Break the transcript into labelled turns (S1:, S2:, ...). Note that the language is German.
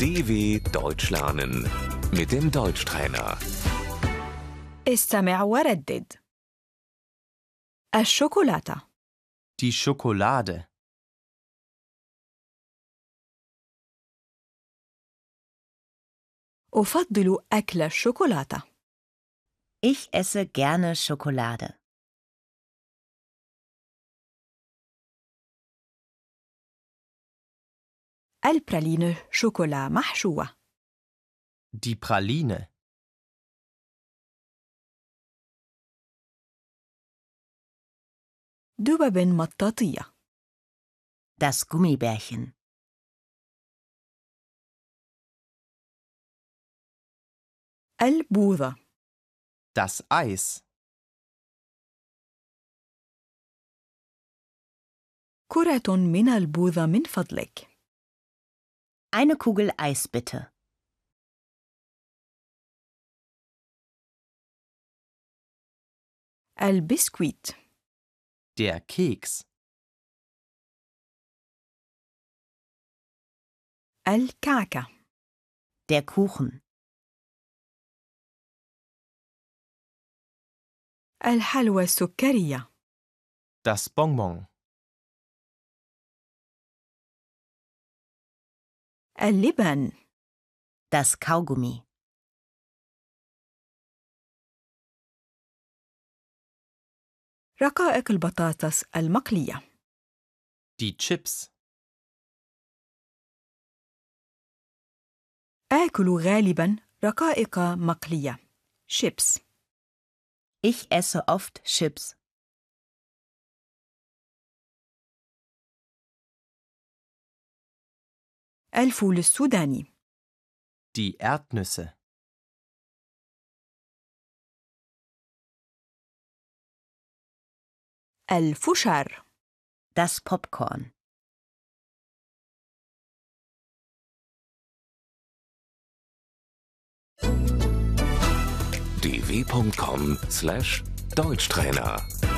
S1: DW Deutsch lernen mit dem Deutschtrainer.
S2: استمع وردد الشوكولاتة
S3: Die Schokolade.
S2: أفضل أكل الشوكولاتة
S4: Ich esse gerne Schokolade.
S2: البرالين شوكولا محشوة
S3: Die Praline.
S2: دبب مطاطية
S4: Das Gummibärchen.
S2: البوظة
S3: Das Eis.
S2: كرة من البوظة من فضلك
S4: Eine Kugel Eis bitte.
S2: البسكويت
S3: Der Keks.
S2: الكعكة
S4: Der Kuchen.
S2: الحلوى السكرية
S3: Das Bonbon.
S2: اللبن
S4: Das Kaugummi.
S2: رقائق البطاطس المقلية
S3: Die Chips.
S2: آكل غالبا رقائق مقلية شيبس
S4: Ich esse oft Chips.
S2: الفول السوداني
S3: Die Erdnüsse.
S2: الفشار
S4: Das Popcorn.
S1: dw.com/deutschtrainer